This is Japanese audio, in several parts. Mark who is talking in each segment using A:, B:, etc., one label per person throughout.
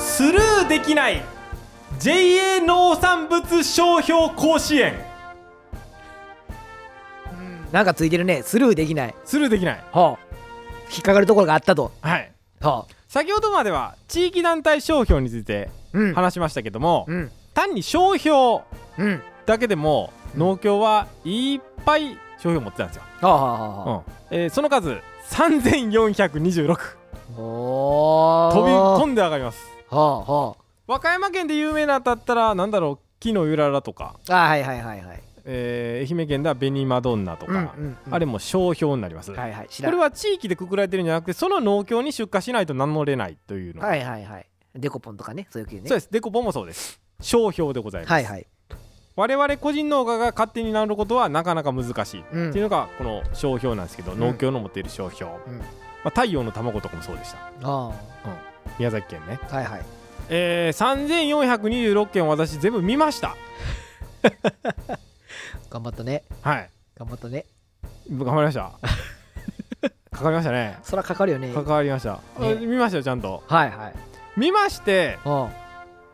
A: 発できない JA 農産物商標甲子園
B: なんかついてるねスルーできない
A: スルーできない
B: はあ引っかかるところがあったと
A: はい
B: はあ
A: 先ほどまでは地域団体商標について
B: うん
A: 話しましたけども、
B: うん
A: 単に商標
B: うん
A: だけでも農協はいっぱい商標持ってたんですよ、
B: はあはあはあ
A: う
B: は
A: んえーその数3426
B: あおー
A: 飛び込んで上がります
B: はあは
A: 和歌山県で有名なだったらなんだろう木のゆららとか、
B: ああはいはいはいはい
A: えー愛媛県では紅マドンナとか、
B: うんうんうん
A: あれも商標になります、
B: はいはい知
A: こ
B: ら
A: れ
B: ん
A: は地域でくくられてるんじゃなくてその農協に出荷しないと名乗れないというの、
B: はいはいはいデコポンとかねそういう系ね
A: そうですデコポンもそうです商標でございます、
B: はいはい
A: 我々個人農家が勝手に名乗ることはなかなか難しい、
B: うん
A: っていうのがこの商標なんですけど、農協の持っている商標、
B: うん
A: まあ、太陽の卵とかもそうでした
B: あ
A: 宮崎県ね
B: あはいはい
A: えー、3426件私全部見ました
B: 頑張ったね
A: はい
B: 頑張ったね
A: 頑張りました かかりましたね
B: そらかかるよね
A: 関わりました、
B: ね
A: あ見ましたよちゃんと
B: はいはい
A: 見まして
B: は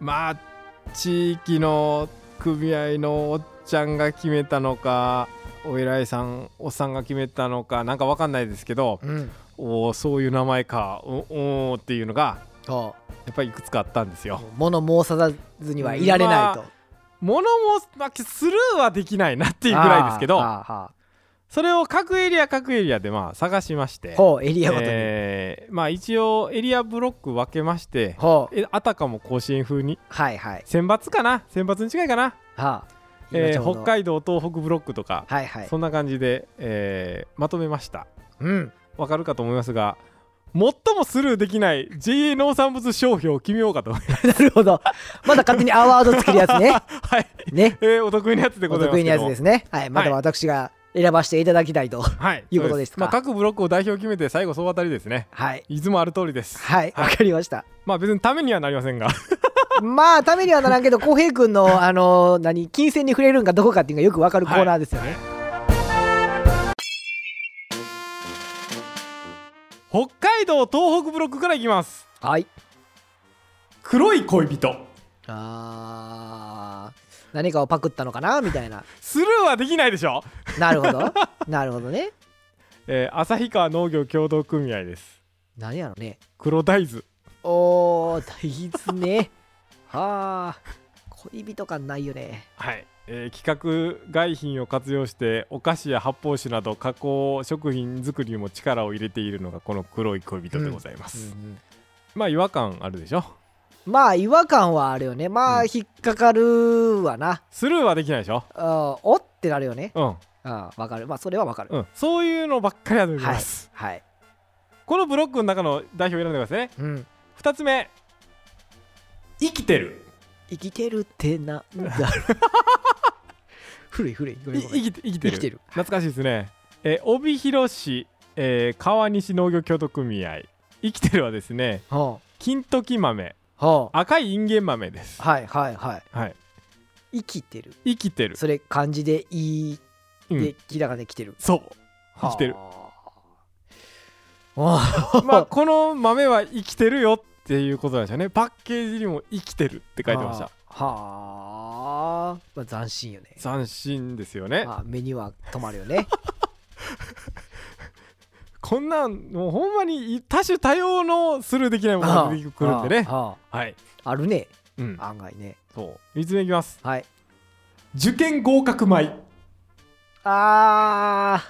A: まあ地域の組合のおっちゃんが決めたのかお偉いさんおっさんが決めたのかなんかわかんないですけど
B: あうん
A: おおそういう名前かおおーっていうのが
B: は
A: やっぱりいくつかあったんです
B: あ
A: よ。
B: 物申さずにはいられないと
A: 物も、まあ、スルーはできないなっていうぐらいですけ
B: あ
A: ど
B: あは
A: それを各エリア各エリアでまあ探しまして
B: あ、ほうエリアごとに、
A: えーまあ、一応エリアブロック分けまして
B: ほう
A: えあたかも甲子園風に
B: はいはい
A: 選抜かな選抜に違いかな、
B: はあ
A: えー
B: 今ちょう
A: 北
B: ど
A: 海道東北ブロックとか、
B: はいはい
A: そんな感じで、えーまとめました
B: うん
A: わかるかと思いますが最もスルーできない JA 農産物商標を決めようかと思 います
B: なるほどまだ勝手にアワード作るやつね
A: はい、
B: ね
A: えーお得意なやつでご
B: お
A: ざいます
B: 得
A: け
B: 意
A: ど
B: なやつですねはいまた私が選ばせていただきた いと
A: はい
B: いうことですか
A: まあ、各ブロックを代表決めて最後総当たりですね
B: はい
A: いつもある通りです
B: はいわかりました
A: まあ別にためにはなりません が
B: まあためにはならんけど浩平君のあの何金銭に触れるんがどこかっていうのがよくわかるコーナーですよね、
A: 北海道東北ブロックからいきます
B: はい。
A: 黒い恋人
B: あー何かをパクったのかなみたいな。
A: スルーはできないでしょ、
B: なるほど。なるほどね。
A: えー、旭川農業協同組合です
B: 何やろね。
A: 黒大豆
B: おー、大豆ね。はあ。恋人感ないよね。
A: はい、えー企画外品を活用してお菓子や発泡酒など加工食品作りにも力を入れているのがこの黒い恋人でございます、まあ違和感あるでしょ
B: まあ違和感はあるよね。まあ
A: うん
B: 引っかかるわな。
A: スルーはできないでしょ
B: あーおってなるよね。
A: うん
B: あーわかる。まあそれはわかる。
A: うん、そういうのばっかりやってます、
B: はい。
A: このブロックの中の代表を選んでくださいね
B: うん。
A: 2つ目生きてる
B: 生きてるって なんだろう。古い古い。ごめ
A: い
B: んごめ
A: 生き
B: ん
A: て生きてる
B: 生きてる
A: 懐かしいですね、えー帯広市、えー川西農業協同組合生きてるはですね
B: は
A: 金時豆
B: あ。は
A: 赤いインゲン豆です
B: あ。はいはいはい。
A: はい
B: 生きてる。
A: 生きてる
B: それ漢字でいい
A: うん
B: で聞いたかね来てる。
A: そう生きてる
B: は あ。
A: まあこの豆は生きてるよっていうことなんでしょうねパッケージにも生きてるって書いてました
B: はあ。はあまあ、斬新よね。
A: 斬新ですよね
B: まあ、目には止まるよ ね。
A: こんなんもうほんまに多種多様のスルーできないものが出てくるんでね
B: はあは
A: はい、
B: ああるね、
A: うん、
B: 案外ね。
A: そう3つ目いきます
B: はい。
A: 受験合格米
B: あ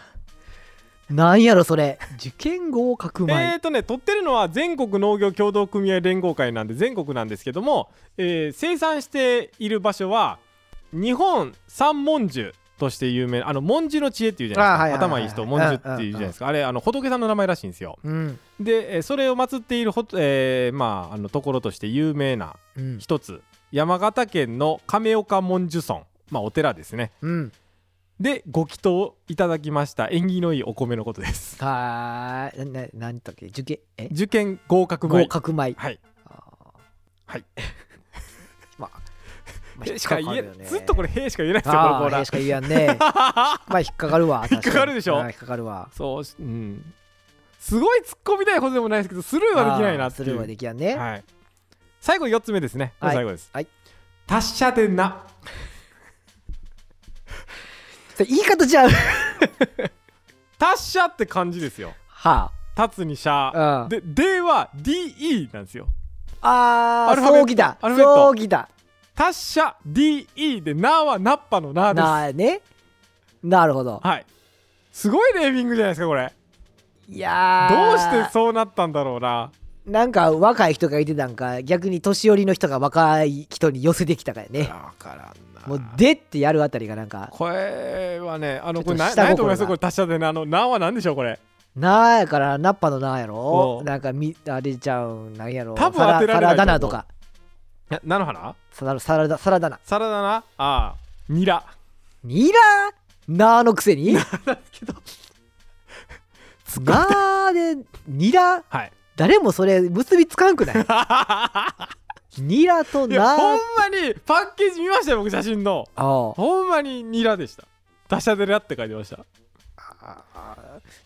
B: ー、なんやろそれ。受験合格前。
A: えーとね取ってるのは全国農業協同組合連合会なんで全国なんですけども、えー生産している場所は日本三文樹として有名なあの文樹の知恵っていうじゃないですか
B: あーはいはいはい
A: 頭いい人文樹っていうじゃないですかあれあの仏さんの名前らしいんですよ
B: うん。
A: でえーそれを祀っているほと、えーまあ、あのところとして有名な
B: うん。
A: 一つ山形県の亀岡文殊村、まあ、お寺ですね
B: うん。
A: でご祈祷いただきました縁起のいいお米のことです
B: はーい。な、な、なんだっけ受験、え
A: 受験合格米
B: 合格前。
A: はい
B: あー
A: はい。
B: まあ、ま
A: へしか言え、ずっとこ
B: れ。
A: れ「へ」しか言えないですよこの
B: あ
A: コー
B: あ、
A: ナ
B: へし
A: ー
B: か言えや んね。まあ、引っかかるわ。引
A: っかかるでしょ
B: 引っかかるわ。
A: そうしうんすごい突っ込みたいほどでもないですけどスルーはできないなって
B: ス
A: いう
B: ルーはできやんね。
A: はい最後4つ目ですねこれ
B: はい
A: 最後です、
B: はい
A: 達者でな
B: それ言い方ちゃう
A: 達者って感じですよ
B: は
A: 立つにしゃ
B: あ、うん、
A: ででは DE なんですよ
B: あ
A: ア
B: あ
A: ルファベット
B: そうきた
A: アルファベット
B: そうきた
A: 達者 DE でなはナッパのなです
B: なあねなるほど
A: はいすごいネーミングじゃないですかこれ
B: いやー
A: どうしてそうなったんだろうな
B: なんか若い人がいてたんか逆に年寄りの人が若い人に寄せてきたからね
A: 分からんな
B: もうでってやるあたりがなんか
A: これはねあのこれ
B: ちょっ
A: な何
B: と下心が
A: と思いますこれ達者でなあのなは何でしょうこれ
B: なあやからナッパのなあや
A: お
B: ろ
A: う
B: なんかみあれちゃうんなんやろ
A: 多分当てられないと思う
B: サラサラダナとか
A: な菜の花
B: サラサラダサラダナ
A: サラダなああニラ
B: ニラなあのくせに
A: けど
B: なあでニラ
A: はい
B: 誰もそれ結びつかんくない ニラと
A: いやほ
B: なん
A: まにパッケージ見ましたよ僕写真の
B: ああ
A: ほんまにニラでした達者でなって書いてました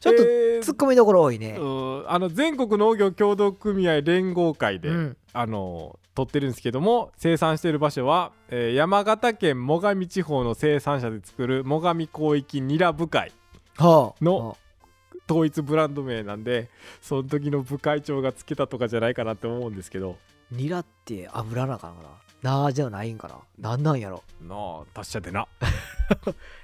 B: ちょっと
A: えー
B: ツッコミどころ多いね、
A: うんあの全国農業協同組合連合会で、
B: うん
A: あの取ってるんですけども生産している場所は、えー山形県最上地方の生産者で作る最上広域ニラ部会
B: はあ
A: の統一ブランド名なんでその時の部会長がつけたとかじゃないかなって思うんですけど
B: ニラって油なあかんかななあじゃないんかななんなんやろ
A: なあ達者でな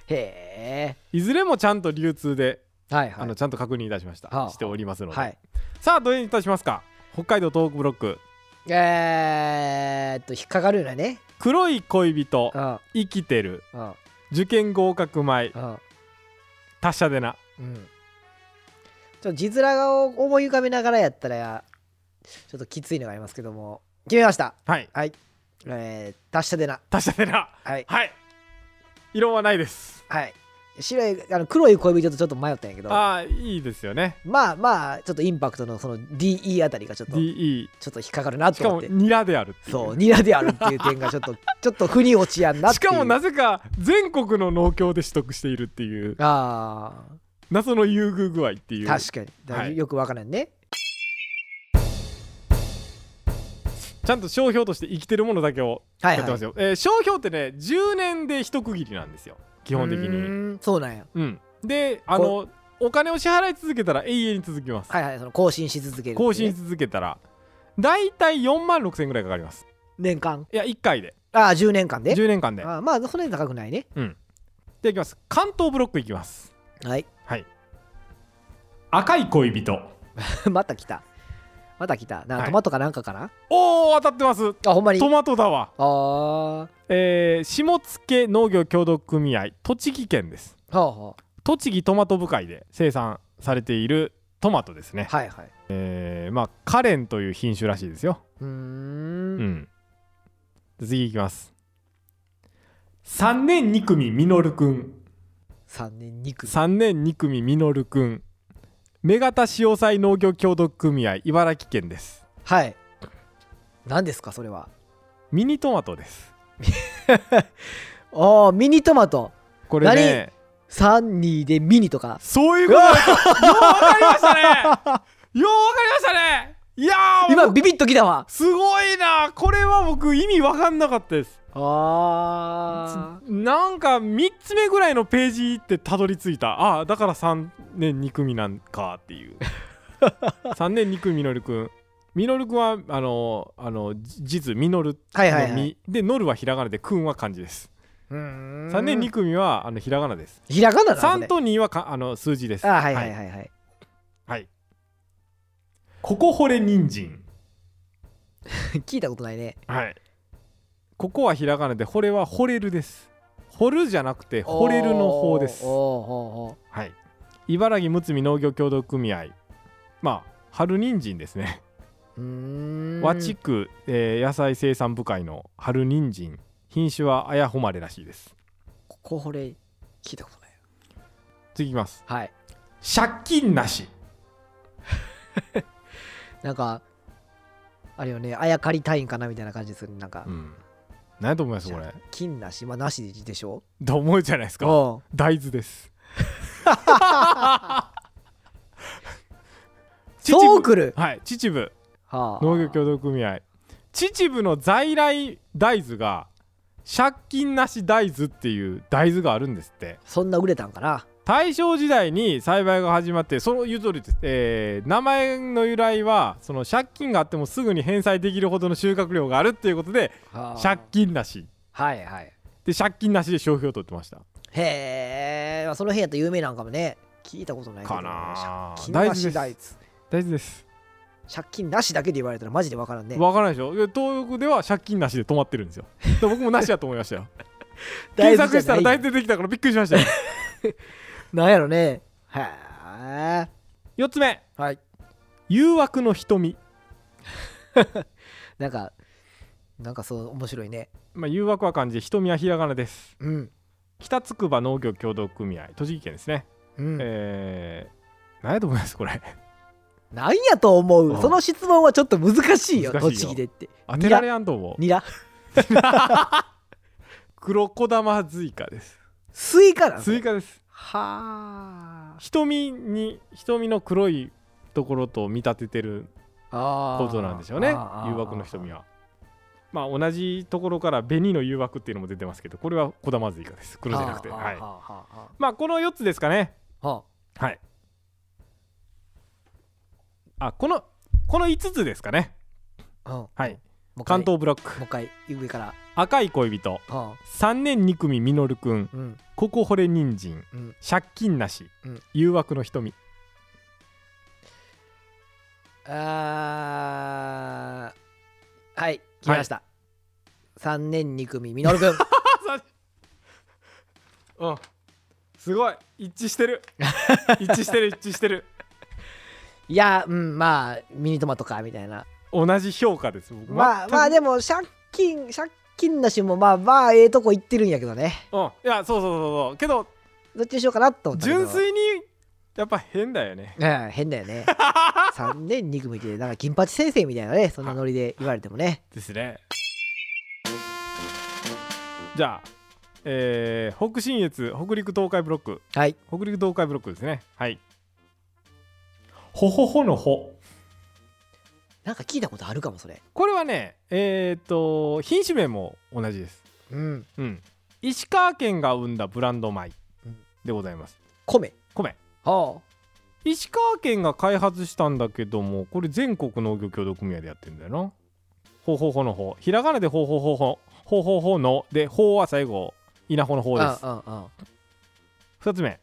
B: へ
A: いずれもちゃんと流通で、
B: えはいは
A: あの
B: い
A: ちゃんと確認いたしました、
B: はあ
A: しておりますので、
B: はい
A: さあどれにいたしますか北海道東北ブロック
B: えー、っと引っかかるようなね
A: 黒い恋人
B: うん
A: 生きてる
B: うん
A: 受験合格米
B: うん
A: 達者でな
B: うんちょっと字面を思い浮かべながらやったらちょっときついのがありますけども決めました
A: はい
B: えー、達者でな
A: 達者でな
B: はい
A: はい異論はないです
B: はい白いあの黒い恋人とちょっと迷ったんやけど
A: ああいいですよね
B: まあまあちょっとインパクトのその DE あたりがちょっとち
A: DE
B: ょっと引っかかるな
A: し
B: と
A: か
B: 思
A: も
B: って
A: ニラであるっていう
B: そうニラであるっていう点がちょ っとちょっと腑に落ちやんなっ
A: して
B: いう
A: かもなぜか全国の農協で取得しているっていう
B: あ
A: 謎の優遇具合ってい
B: ー
A: う
B: 確かにだから
A: はい
B: よくわからんね、
A: ちゃんと商標として生きてるものだけを
B: はい、
A: やって
B: はい
A: ますよ、えー商標ってね10年で一区切りなんですよ基本的に
B: う
A: うん、
B: ーんそうなんや
A: であのお金を支払い続けたら永遠に続きます、
B: はいはいその更新し続けるっていうね、
A: 更新し続けたら大体4万6千ぐらいかかります
B: 年間
A: いや1回で
B: ああ10年間で
A: 10年間で
B: あーまあそんなに高くないね
A: でいきます関東ブロックいきます
B: はい
A: はい赤い恋人
B: また来たまた来たな
A: はい
B: トマトかなんかかな、
A: おお当たってます
B: あほんまに
A: トマトだわ
B: ああは
A: えー、下野農業協同組合栃木県です
B: あは
A: 栃木トマト部会で生産されているトマトですね
B: あ、はいはい
A: えーまあカレンという品種らしいですよ
B: うーん
A: うん次いきます3年2組みのるくん
B: 3年2組
A: 3年2組みのるくん目型潮菜農業協同組合茨城県です
B: はい何ですかそれは
A: ミニトマトです
B: ああミニトマト
A: これね
B: 32でミニとか
A: そういうことだようわかりましたね ようわかりましたねいやー
B: 今ビビッときたわ
A: すごいなこれは僕意味わかんなかったです
B: あ
A: なんか3つ目ぐらいのページってたどり着いたああだから3年2組なんかって いう3年2組みのるくんみのるくんはあのあのじ実みのる
B: はい
A: の
B: は
A: み、
B: いはい
A: でのるはひらがなでくんは漢字です
B: うーん
A: 3年2組はあのひらがなです
B: ひらがななの
A: 3と2はかあの数字です
B: あーはいはいはいはい
A: はいここほれ人参
B: 聞いたことないね
A: はいここはひらがなでほれはほれるですほるじゃなくてほれるの方です
B: おーおーおーお
A: はい、茨城むつみ農業協同組合まあ春人参ですね、
B: ーうーん
A: 和地区、えー野菜生産部会の春人参品種はあやほまれらしいです
B: こここれ聞いたことない
A: 次いきます
B: はい
A: 借金なし
B: なんかあれよねあやかりたいんかなみたいな感じでするねなんか
A: うん何やと思いますこれ
B: 金なしまあなしでしょ
A: と思うじゃないですか
B: おう
A: 大豆です
B: そう
A: 秩
B: くる
A: 父はい秩父
B: はあ
A: 農業協同組合秩父の在来大豆が借金なし大豆っていう大豆があるんですって
B: そんな売れたんかな
A: 大正時代に栽培が始まってそのゆとりです、えー名前の由来はその借金があってもすぐに返済できるほどの収穫量があるっていうことで
B: はあ
A: 借金なし
B: はいはい
A: で借金なしで消費を取ってました
B: へえ、まあ、その辺やったら有名なんかもね聞いたことないけど
A: かなあ
B: 借金なし
A: 大豆
B: 大豆
A: 大豆です
B: 借金なしだけで言われたらマジでわからんね
A: わからないでしょいや東北では借金なしで止まってるんですよで僕もなしだと思いましたよ検
B: 大豆
A: 索し
B: じゃ
A: た
B: な
A: ら
B: い
A: 大豆出てきたからびっくりしましたよ
B: なんやろねへえ
A: 4つ目
B: はい
A: 誘惑の瞳、
B: なんかなんかそう面白いね
A: まあ、誘惑は漢字瞳はひらがなです
B: うん
A: 北つくば農業協同組合栃木県ですね、
B: うん、
A: えー、何やと思いますこ れ
B: なんやと思う、
A: うん
B: その質問はちょっと難しいよ
A: 難しいよ
B: 栃木でって
A: 当てられやんと思う
B: ニラ
A: 黒子玉スイカです
B: スイカなの
A: スイカです
B: はあ
A: 瞳に瞳の黒いところと見立ててる
B: あー
A: ことなんでしょうね誘
B: あー
A: 惑の瞳はまあ同じところから紅の誘惑っていうのも出てますけどこれは小玉スイカです黒じゃなくて
B: は
A: はい
B: あはあはあは
A: まあこの4つですかね
B: あはあ
A: はいあこのこの5つですかね
B: うんも
A: はいう
B: 一回
A: 関東ブロッ
B: も
A: ク
B: う一回上から
A: 赤い恋人
B: は
A: 3年2組みのるくん
B: あうん
A: ここ惚れ人参
B: うん
A: 借金なし、
B: うん
A: 誘惑の瞳
B: あーはい来ました、三年二組みのる くん
A: うんすごい一致して る一致してる一致してる
B: いやうんまあミニトマトかみたいな
A: 同じ評価です僕
B: まあ
A: 全く
B: まあでも借金借金なしもまあまあええとこ行ってるんやけどね
A: うんいやそうそうそうそうけど
B: どっちにしようかなと思ったけど
A: 純粋にやっぱ変だよね
B: うん変だよ ね3年2組でなんか金八先生みたいなねそんなノリで言われてもね
A: ですねじゃあえー、北信越北陸東海ブロック
B: はい
A: 北陸東海ブロックですねはいほほほのほ
B: なんか聞いたことあるかもそれ
A: これはねえっ、と品種名も同じです
B: うん
A: うん石川県が生んだブランド米
B: うん
A: でございます
B: 米
A: 米
B: は
A: 石川県が開発したんだけどもこれ全国農業協同組合でやってるんだよなほうほうほうのほうひらがなでほうほうほうほうほうほうほうのでほうは最後稲穂のほうです
B: ああ
A: 2つ目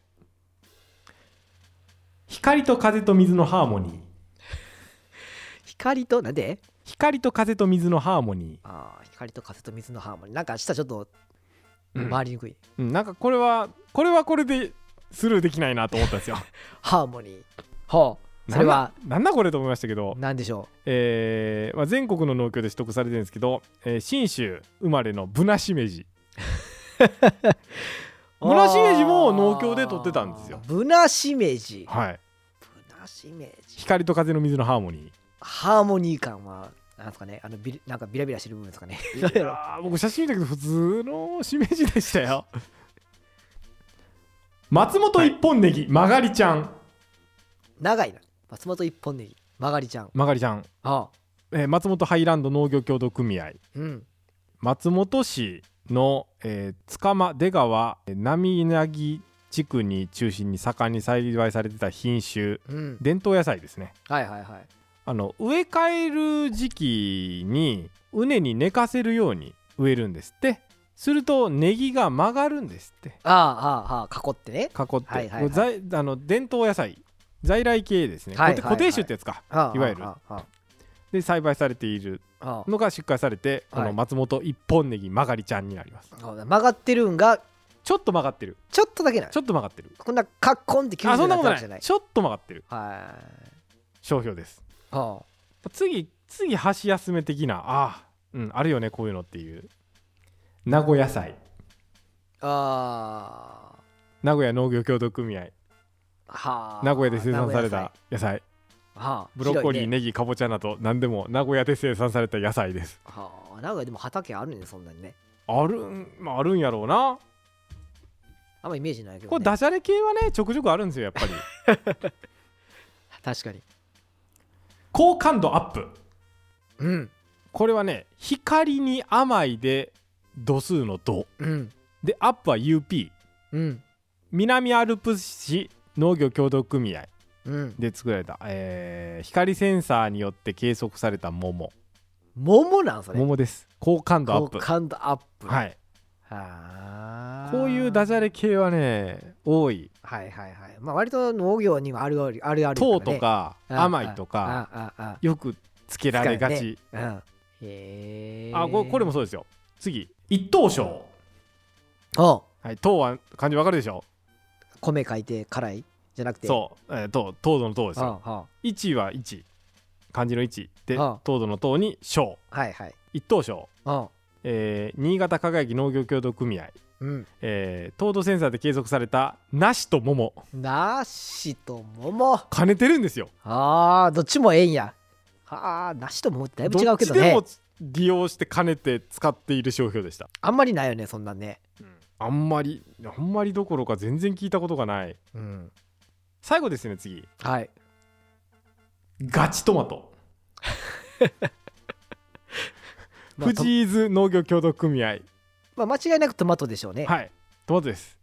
A: 光と風と水のハーモニー
B: 光となんで
A: 光と風と水のハーモニ
B: ああ光と風と水のハーモニーなんか下ちょっと
A: ー、うん
B: 回りにくい、
A: うんなんかこれはこれはこれでスルーできないなと思ったんですよ
B: ハーモニーはあそれは
A: なんだなんだこれと思いましたけど
B: 何でしょ
A: えーまあ、全国の農協で取得されてるんですけど、えー信州生まれのブナシメジ
B: う
A: ブナシメジも農協で取ってたんですよ
B: あーブナシメジ
A: はい
B: ブナシメジ
A: 光と風の水のハーモニ
B: ハーモニー感はなんですかねあのビリなんかビラビラしてる部分ですかね
A: ー
B: 何
A: い
B: やろ
A: やー僕写真見たけど普通のしめじでしたよ 松本一本ネギ、曲がりちゃん
B: 長いな松本一本ネギ曲がりちゃん
A: 曲がりちゃん、
B: ああ
A: えー松本ハイランド農業協同組合
B: うん
A: 松本市の、えー塚間出川並稲地区に中心に盛んに栽培されてた品種
B: うん
A: 伝統野菜ですね
B: はいはいはい
A: あの植え替える時期に畝に寝かせるように植えるんですってするとネギが曲がるんですって
B: ああああああ囲ってね
A: 囲って、
B: はいはいはい
A: これ在あの伝統野菜在来系ですね、
B: はいはいはい
A: 固定固定種ってやつか
B: ああ
A: いわゆる
B: あああ
A: で栽培されている
B: ああ
A: のが出荷されて、
B: は
A: こ
B: い
A: の松本一本ネギ曲がりちゃんになります
B: ああ曲がってるんが
A: ちょっと曲がってる
B: ちょっとだけな
A: ちょっと曲がってる
B: こんなカッコンって90
A: あ
B: 度
A: そ
B: に
A: んな
B: なっ
A: こと
B: たわ
A: な
B: けじゃない
A: いちょっと曲がってる
B: はい
A: 商標です
B: は
A: 次次箸休め的なああうんあるよねこういうのっていう名護野菜
B: ああ
A: 名古屋農業協同組合
B: あはあ
A: 名古屋で生産され
B: 名
A: た野菜
B: 古屋野菜はあ
A: ブロッコリー
B: 広いね
A: ネギかぼちゃなど何でも名古屋で生産された野菜です
B: はあ名古屋でも畑あるねそんなにね
A: あるんまああるんやろうな
B: あんまイメージないけど、
A: これ
B: ね、
A: ダジャレ系はねちょくちょくあるんですよやっぱり
B: 確かに
A: 好感度アップ
B: うん
A: これはね光に甘いで度数の度
B: うん
A: でアップは UP
B: うん
A: 南アルプス市農業協同組合
B: うん
A: で作られた、えー光センサーによって計測された桃
B: 桃なんそれ
A: 桃です好感度アッ
B: 好
A: プ
B: 感度アップ
A: はい
B: はあ
A: こういうダジャレ系はね多い
B: はいはいはいまあ割と農業にはあるあるあるある
A: 糖とか
B: あ
A: 甘いとか
B: あああ
A: よくつけられがち、
B: あうんへえ
A: あこれこれもそうですよ次一等賞
B: お
A: はい糖は漢字わかるでしょ
B: 米書いて辛いじゃなくて
A: そう、えー、糖糖度の糖ですよ
B: ああ
A: 1は1漢字の1で
B: ああ
A: 糖度の糖に賞
B: はいはい
A: 一等賞、
B: あ
A: えー新潟輝き農業協同組合、
B: うん
A: えー糖度センサーで計測された梨と桃
B: 梨と桃
A: 兼ねてるんですよ
B: あーどっちもええんやあー梨と桃ってだいぶ違うけど
A: っちで
B: ね
A: も利用して兼ねて使っている商標でした、
B: あんまりないよねそんなんね
A: あんまりあんまりどころか全然聞いたことがない
B: うん
A: 最後ですね次
B: はい
A: ガチトマト
B: まあ
A: 富士伊豆農業協同組合
B: まあ、間違いなくトマトでしょうね。
A: はいトマトです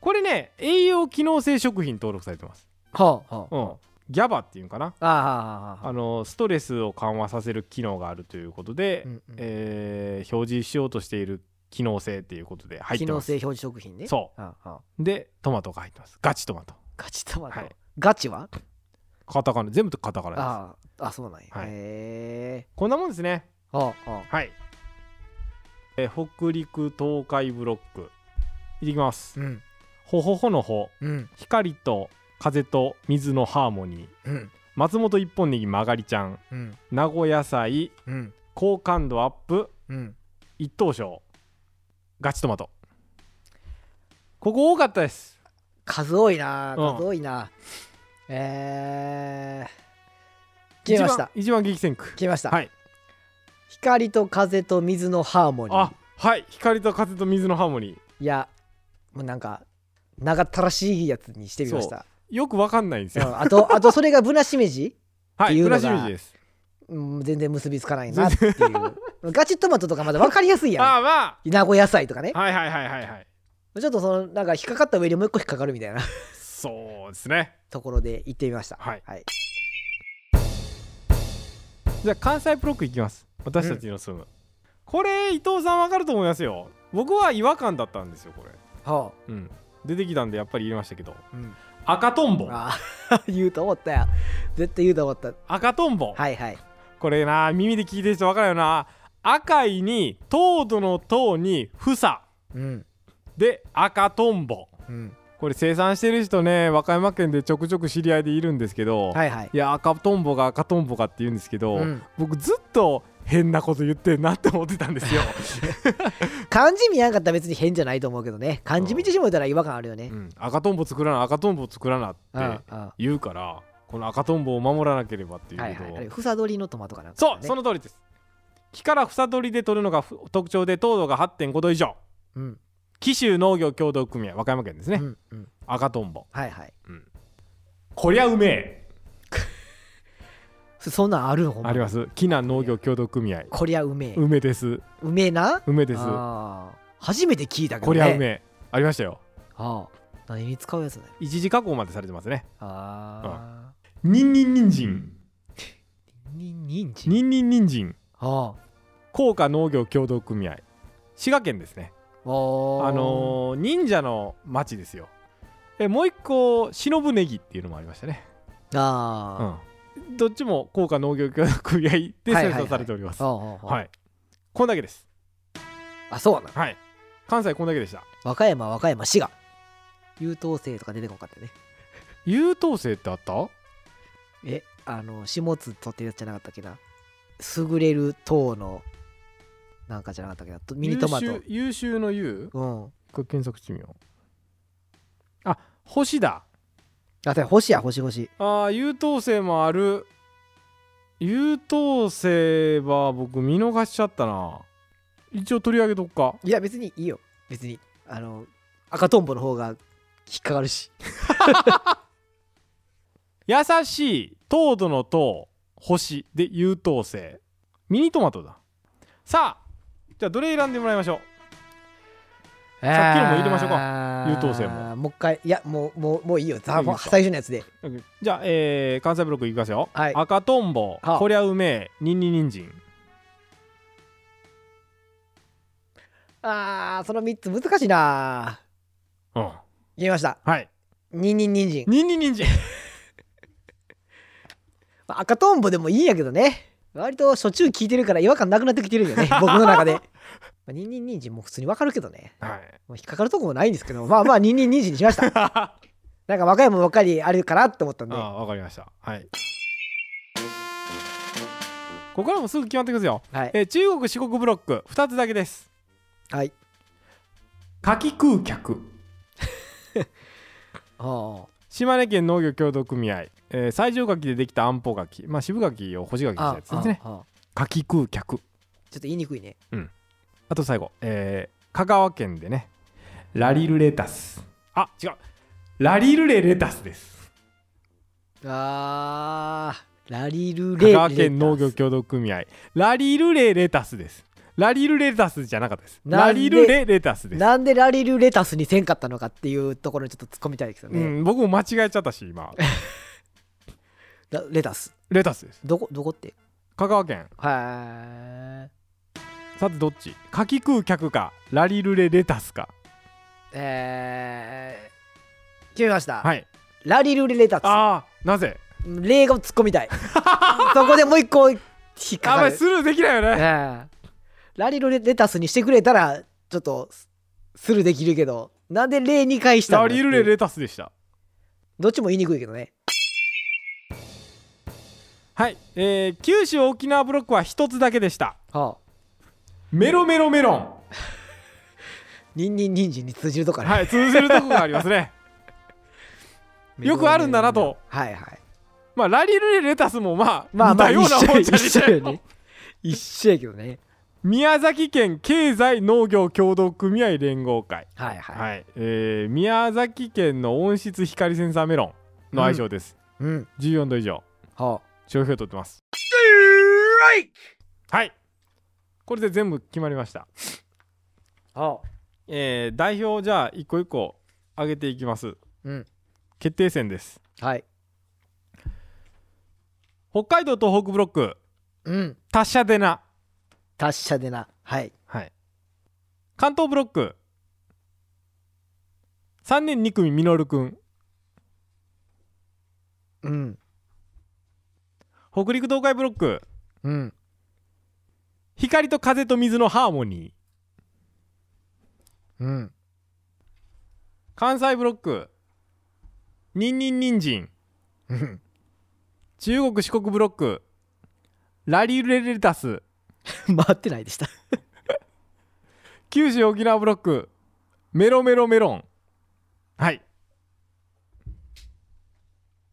A: これね栄養機能性食品登録されてます
B: はあ、は
A: うんギャバっていうのかな
B: あ、ああ、
A: あのストレスを緩和させる機能があるということで、
B: うんうん
A: えー表示しようとしている機能性っていうことで入っ
B: 機
A: て
B: 能
A: ます
B: 性表示食品ね。
A: そ
B: はあはあ
A: うでトマトが入ってますガチトマト
B: ガチトマト。
A: はい
B: ガチは
A: カタカナ全部カタカナです
B: ああ、あそうなんや。
A: はい
B: へえ。
A: こんなもんですね
B: はあ、はあ、
A: はい、えー北陸東海ブロックいってきます
B: うん、
A: ほほほのほ
B: うん、
A: 光と風と水のハーモニー
B: うん、
A: 松本一本ネギ曲がりちゃん
B: うん、
A: 名古屋菜
B: うん、
A: 好感度アップ
B: うん。
A: 一等賞ガチトマトここ多かったです
B: 数多いな、
A: うん
B: 数多いな。えー。決めました。
A: 一番一番激戦区
B: 決めました。
A: はい
B: 光と風と水のハーモニー
A: あ。はい光と風と水のハーモニー
B: いや、もうなんか、長ったらしいやつにしてみました。
A: よくわかんないんです
B: う
A: よ
B: んあと、あと、それがブナシメジっ
A: は
B: て
A: い
B: いうの
A: ブ
B: が
A: ラジル人です
B: うん全然結びつかないなっていうガチトマトとかまだ分かりやすいや
A: ああま
B: ん稲子野菜とかね
A: あはいはいはいはいはい
B: ちょっとそのなんか引っかかった上にもう一個引っかかるみたいな
A: そうですね
B: ところで行ってみました
A: はい
B: はい、
A: じゃあ関西ブロックいきます私たちの住む、これ伊藤さんわかると思いますよ僕は違和感だったんですよこれ
B: は
A: うん出てきたんでやっぱり言いましたけど
B: あ、うん、
A: 赤とんぼ
B: あー 言うと思ったよ絶対言うと思った
A: 赤とんぼ、
B: はいはい
A: これな耳で聞いてる人わかるよな赤いに糖度の糖に房
B: うん
A: で赤とんぼ
B: うん
A: これ生産してる人ね和歌山県でちょくちょく知り合いでいるんですけど、
B: はいはい
A: いや赤とんぼが赤とんぼかって言うんですけど、
B: うん
A: 僕ずっと変なこと言ってるなって思ってたんです よ、
B: 漢字見やんかったら別に変じゃないと思うけどね漢字見てしまうたら違和感あるよね
A: うん赤とんぼ作らな赤とんぼ作らな
B: うんうん
A: って言うからこの赤とんぼを守らなければっていう
B: はい
A: ことを、
B: はいふさどりのトマトかなんか、ね、
A: そうその通りです木から房取りで取るのがふ特徴で糖度が8.5度以上
B: うん
A: 紀州農業協同組合和歌山県ですね、
B: うんうん
A: 赤とんぼ
B: はいはい
A: こりゃうめえ
B: そそんなんあるのほんま
A: あります紀南農業協同組合
B: こりゃうめえ、う
A: 梅です
B: めえな
A: 梅です
B: あー初めて聞いたけど、ね、
A: こりゃうめえありましたよ
B: ああ何に使うやつだよ
A: 一次加工までされてますね
B: ああ
A: にんにんにんじん
B: ににんじん
A: にんにんにんじん
B: あ
A: 甲賀農業協同組合滋賀県ですねあ
B: ああ
A: のー忍者の町ですよえもう一個忍ぶネギっていうのもありましたね、
B: ーあ
A: う
B: ー、
A: ん、どっちも高価農業協同組合で
B: はい
A: 生
B: はいはい
A: 産されておりますは
B: あ
A: い、
B: あああ
A: こんだけです
B: あそうなの
A: はい関西こんだけでした
B: 和歌山和歌山滋賀優等生とか出てこんかったよね
A: 優等生ってあった
B: えあの下津取ってるやつじゃなかったっけな優れる等のなんかじゃなかったっけなとミニトマト
A: 優秀優秀の優
B: うん
A: これ検索してみようあ星だ
B: あで星や星星
A: ああ優等生もある優等生は僕見逃しちゃったな一応取り上げとくか
B: いや別にいいよ別にあの赤とんぼの方が引っかかるし
A: 優しい糖度の糖星で優等生ミニトマトださあじゃあどれ選んでもらいましょ
B: さ
A: っきのも入れましょう
B: か
A: 優等生も
B: もう一回いやもうもうもういいよザ
A: いいですか
B: 最初のやつで
A: うじゃあ、えー関西ブロックいきますよ、
B: はい
A: 赤とんぼ
B: はあ
A: こりゃうめえにんににんじん
B: あーその3つ難しいな
A: うん
B: 言いました
A: はい
B: にんにんにんじん
A: にんににんじん
B: まあ赤とんぼでもいいんやけどね割としょっちゅう聞いてるから違和感なくなってきてるん よね僕の中でまあにんにんにんじんも普通にわかるけどね
A: はい
B: もう引っかかるとこもないんですけどまあまあにんにんにんじんにしました なんか若いもんばっかりあるかなって思ったんで
A: ああわかりましたはいここからもすぐ決まってくるよ、
B: はい
A: えー中国四国ブロック2つだけです
B: はい
A: 夏季空客
B: あ
A: 島根県農業協同組合、えー、最上柿でできたあんぽ柿まあ渋柿を干し柿にした
B: あ
A: やつですね
B: ああ
A: 柿空客
B: ちょっと言いにくいね
A: あと最後、えー、香川県でねラリルレタスあ違うラリルレレタスです
B: あーラリル
A: 香
B: レ
A: 川県農業協同組合ラリルレレタスですラリルレタスじゃなかったです
B: な
A: ラ
B: んで
A: リルレレタスです、
B: なんでラリルレタスにせんかったのかっていうところにちょっと突っ込みたいですよ
A: う
B: ね、
A: ん、僕も間違えちゃったし今
B: ラレタス
A: レタスです
B: どこどこって
A: 香川県
B: はい
A: さてどっち柿空客かラリルレレタスか
B: えー、決めました、
A: はい
B: ラリルレレタス
A: ああなぜ
B: 例を突っ込みたい そこでもう一個引
A: あ
B: っか
A: ん
B: か
A: まり
B: る
A: ス、ルーできないよね
B: ええラリルレタスにしてくれたらちょっとススルーできるけどなんで例に返したんだ
A: ラ
B: ってい
A: リ
B: う
A: ルレレタスでした
B: どっちも言いにくいけどね
A: はい、えー、九州沖縄ブロックは一つだけでした
B: はあ
A: メロメロメロン
B: ニンニンニンジンに通じるとかね、
A: はい通じるとこがありますね よくあるんだなと
B: はいはい
A: まあラリルレレタスもまあ
B: まあ
A: 似
B: まあ
A: たよう
B: 一
A: な
B: 緒
A: もんじゃ
B: 一緒
A: ね
B: よね一緒やけどね
A: 宮崎県経済農業協同組合連合会
B: はいはい、
A: はい、えー、宮崎県の温室光センサーメロンの愛称です、
B: うん
A: 14度以上
B: は
A: 商標取ってますはいこれで全部決まりました
B: あはあ
A: えー、代表をじゃあ一個一個上げていきます
B: うん
A: 決定戦です
B: はい
A: 北海道東北ブロック
B: うん
A: 達者でな
B: 達者でなはい
A: はい関東ブロック3年2組みのるくん
B: うん
A: 北陸東海ブロック
B: うん
A: 光と風と水のハーモニー
B: うん
A: 関西ブロックにんにんにんじん
B: うん
A: 中国四国ブロックラリルレレタス
B: 回ってないでした
A: 九州沖縄ブロックメロメロメロンはい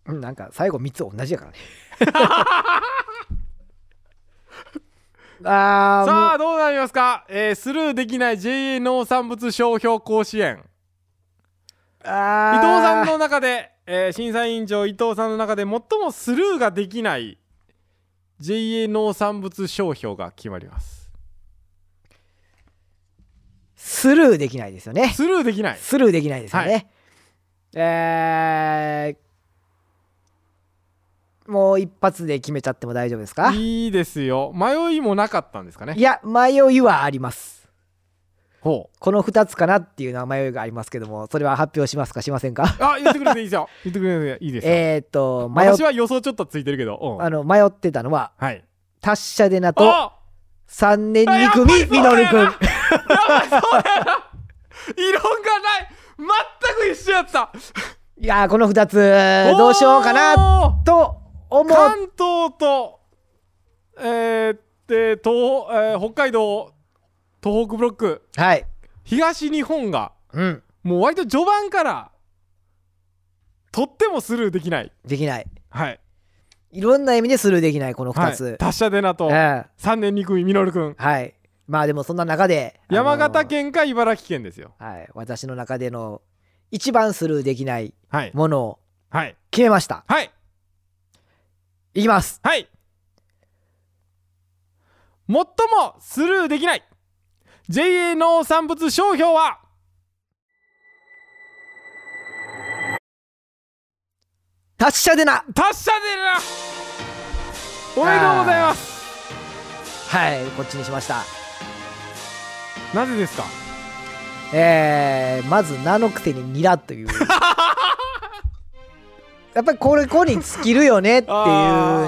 B: うんなんか最後3つ同じやか らねあー
A: さ
B: も
A: あどうなりますか、えースルーできない JA 農産物商標甲子園
B: うあ
A: 伊
B: ー
A: 藤さんの中で、えー審査委員長伊藤さんの中で最もスルーができない JA 農産物商標が決まります
B: スルーできないですよね
A: スルーできない
B: スルーできないですよね、
A: は
B: えーもう一発で決めちゃっても大丈夫ですか
A: いいですよ迷いもなかったんですかね
B: いや迷いはあります
A: ほう
B: この2つかなっていうのは迷いがありますけどもそれは発表しますかしませんか
A: あ言ってくれていいですよ 言ってくれていいですよ、
B: えーっと迷っ
A: 私は予想ちょっとついてるけど、うん
B: あの迷ってたのは
A: はい
B: 達者でなと
A: あ
B: 3年2
A: あや
B: 組
A: っぱり
B: みのる
A: 異
B: くん
A: 論がない全く一緒やった
B: いやーこの2つどうしようかな
A: おー
B: と思う
A: 関東とえー、で東、えー北海道東北ブロック
B: はい
A: 東日本が
B: うん
A: もう割と序盤からとってもスルーできない
B: できない
A: はい、
B: いろんな意味でスルーできないこの
A: は
B: 2
A: い
B: つ、、
A: 達者でなと
B: うん
A: 3年2組みのるくん
B: はい。まあでもそんな中で。あのー
A: 山形。県か茨城県ですよ
B: はい。私の中での一番スルーできない
A: はい
B: ものを
A: はい
B: 決めました。
A: はい
B: いきます。
A: はい最もスルーできない JA 農産物商標は
B: 達者でな
A: 達者でなおめでとうございます
B: はいこっちにしました
A: なぜですか
B: えー、まず名のくせにニラ というやっぱりこれこれに尽きるよねっていうね
A: あ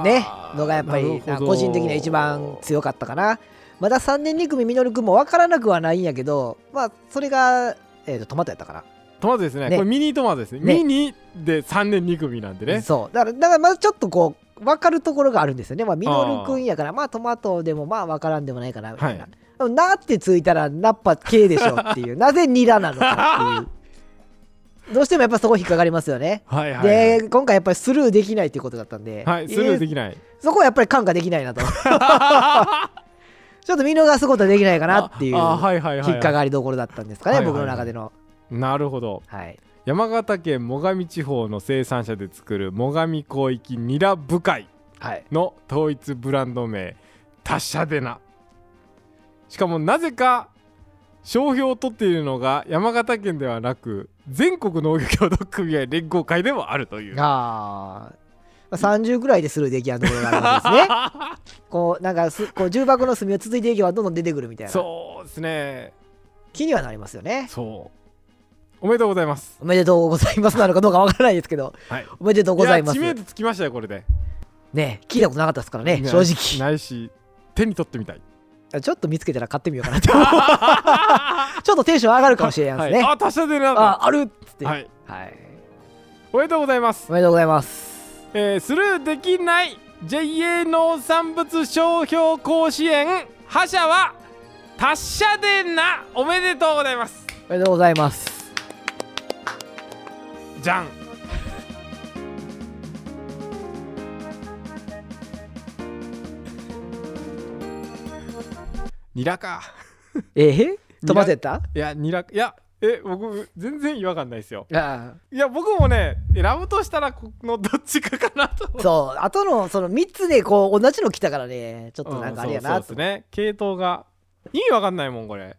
A: ー
B: のがやっぱり
A: なるほど
B: 個人的には一番強かったかなまだ3年2組みのるくんも分からなくはないんやけどまあそれが、えー、とトマトやったかな
A: トマトですね
B: ね
A: これミニトマトですね
B: ね
A: ミニで3年2組なんでね
B: そうだからだからまだちょっとこう分かるところがあるんですよねまあミノルくんやからまあトマトでもまあ分からんでもないかなみたいな、
A: はい
B: でもなってついたらナッパ K でしょっていう なぜニラなのかっていうどうしてもやっぱそこ引っかかりますよね
A: はいはいはい、
B: で今回やっぱりスルーできないっていうことだったんで、
A: はい、スルー
B: え
A: で
B: ー
A: きない、
B: そこはやっぱり感化できないな とちょっと見逃すことはできないかなっていう引
A: ああはいはいはい、
B: っかかりどころだったんですかね、
A: はいはい
B: 僕の中での
A: なるほど
B: はい
A: 山形県最上地方の生産者で作る最上広域ニラ部会
B: はい
A: の統一ブランド名達者でなしかもなぜか商標を取っているのが山形県ではなく全国農業協同組合連合会でもあるという
B: あーまあ30ぐらいでスルーできやんところがあるん ですねこうなんかすこう重箱の隅を続いていけばどんどん出てくるみたいな
A: そうですね
B: 気にはなりますよね
A: そうおめでとうございます
B: おめでとうございますなのかどうかわからないですけど
A: はい
B: おめでとうございます
A: や知名度つきましたよこれで
B: ね聞いたことなかったですからね正直
A: ないし手に取ってみたい
B: ちょっと見つけたら買ってみようかな とちょっとテンション上がるかもしれないですね、
A: はい、あ達者でな
B: ああるっつって
A: は
B: はい、
A: いおめでとうございます
B: お、めでとうございます
A: えースルーできない JA 農産物商標甲子園覇者は達者でなおめでとうございます
B: おめでとうございます
A: じゃんニラか
B: えー、飛ばせた
A: いやニラいやえ僕全然違和感ないですよ
B: ああ
A: いや僕もね選ぶとしたらこのどっちかかなと思って
B: そうあとのその3つでこう同じの来たからねちょっとなんかあれやな
A: うん
B: と
A: そうそうですね系統が意味わかんないもんこれ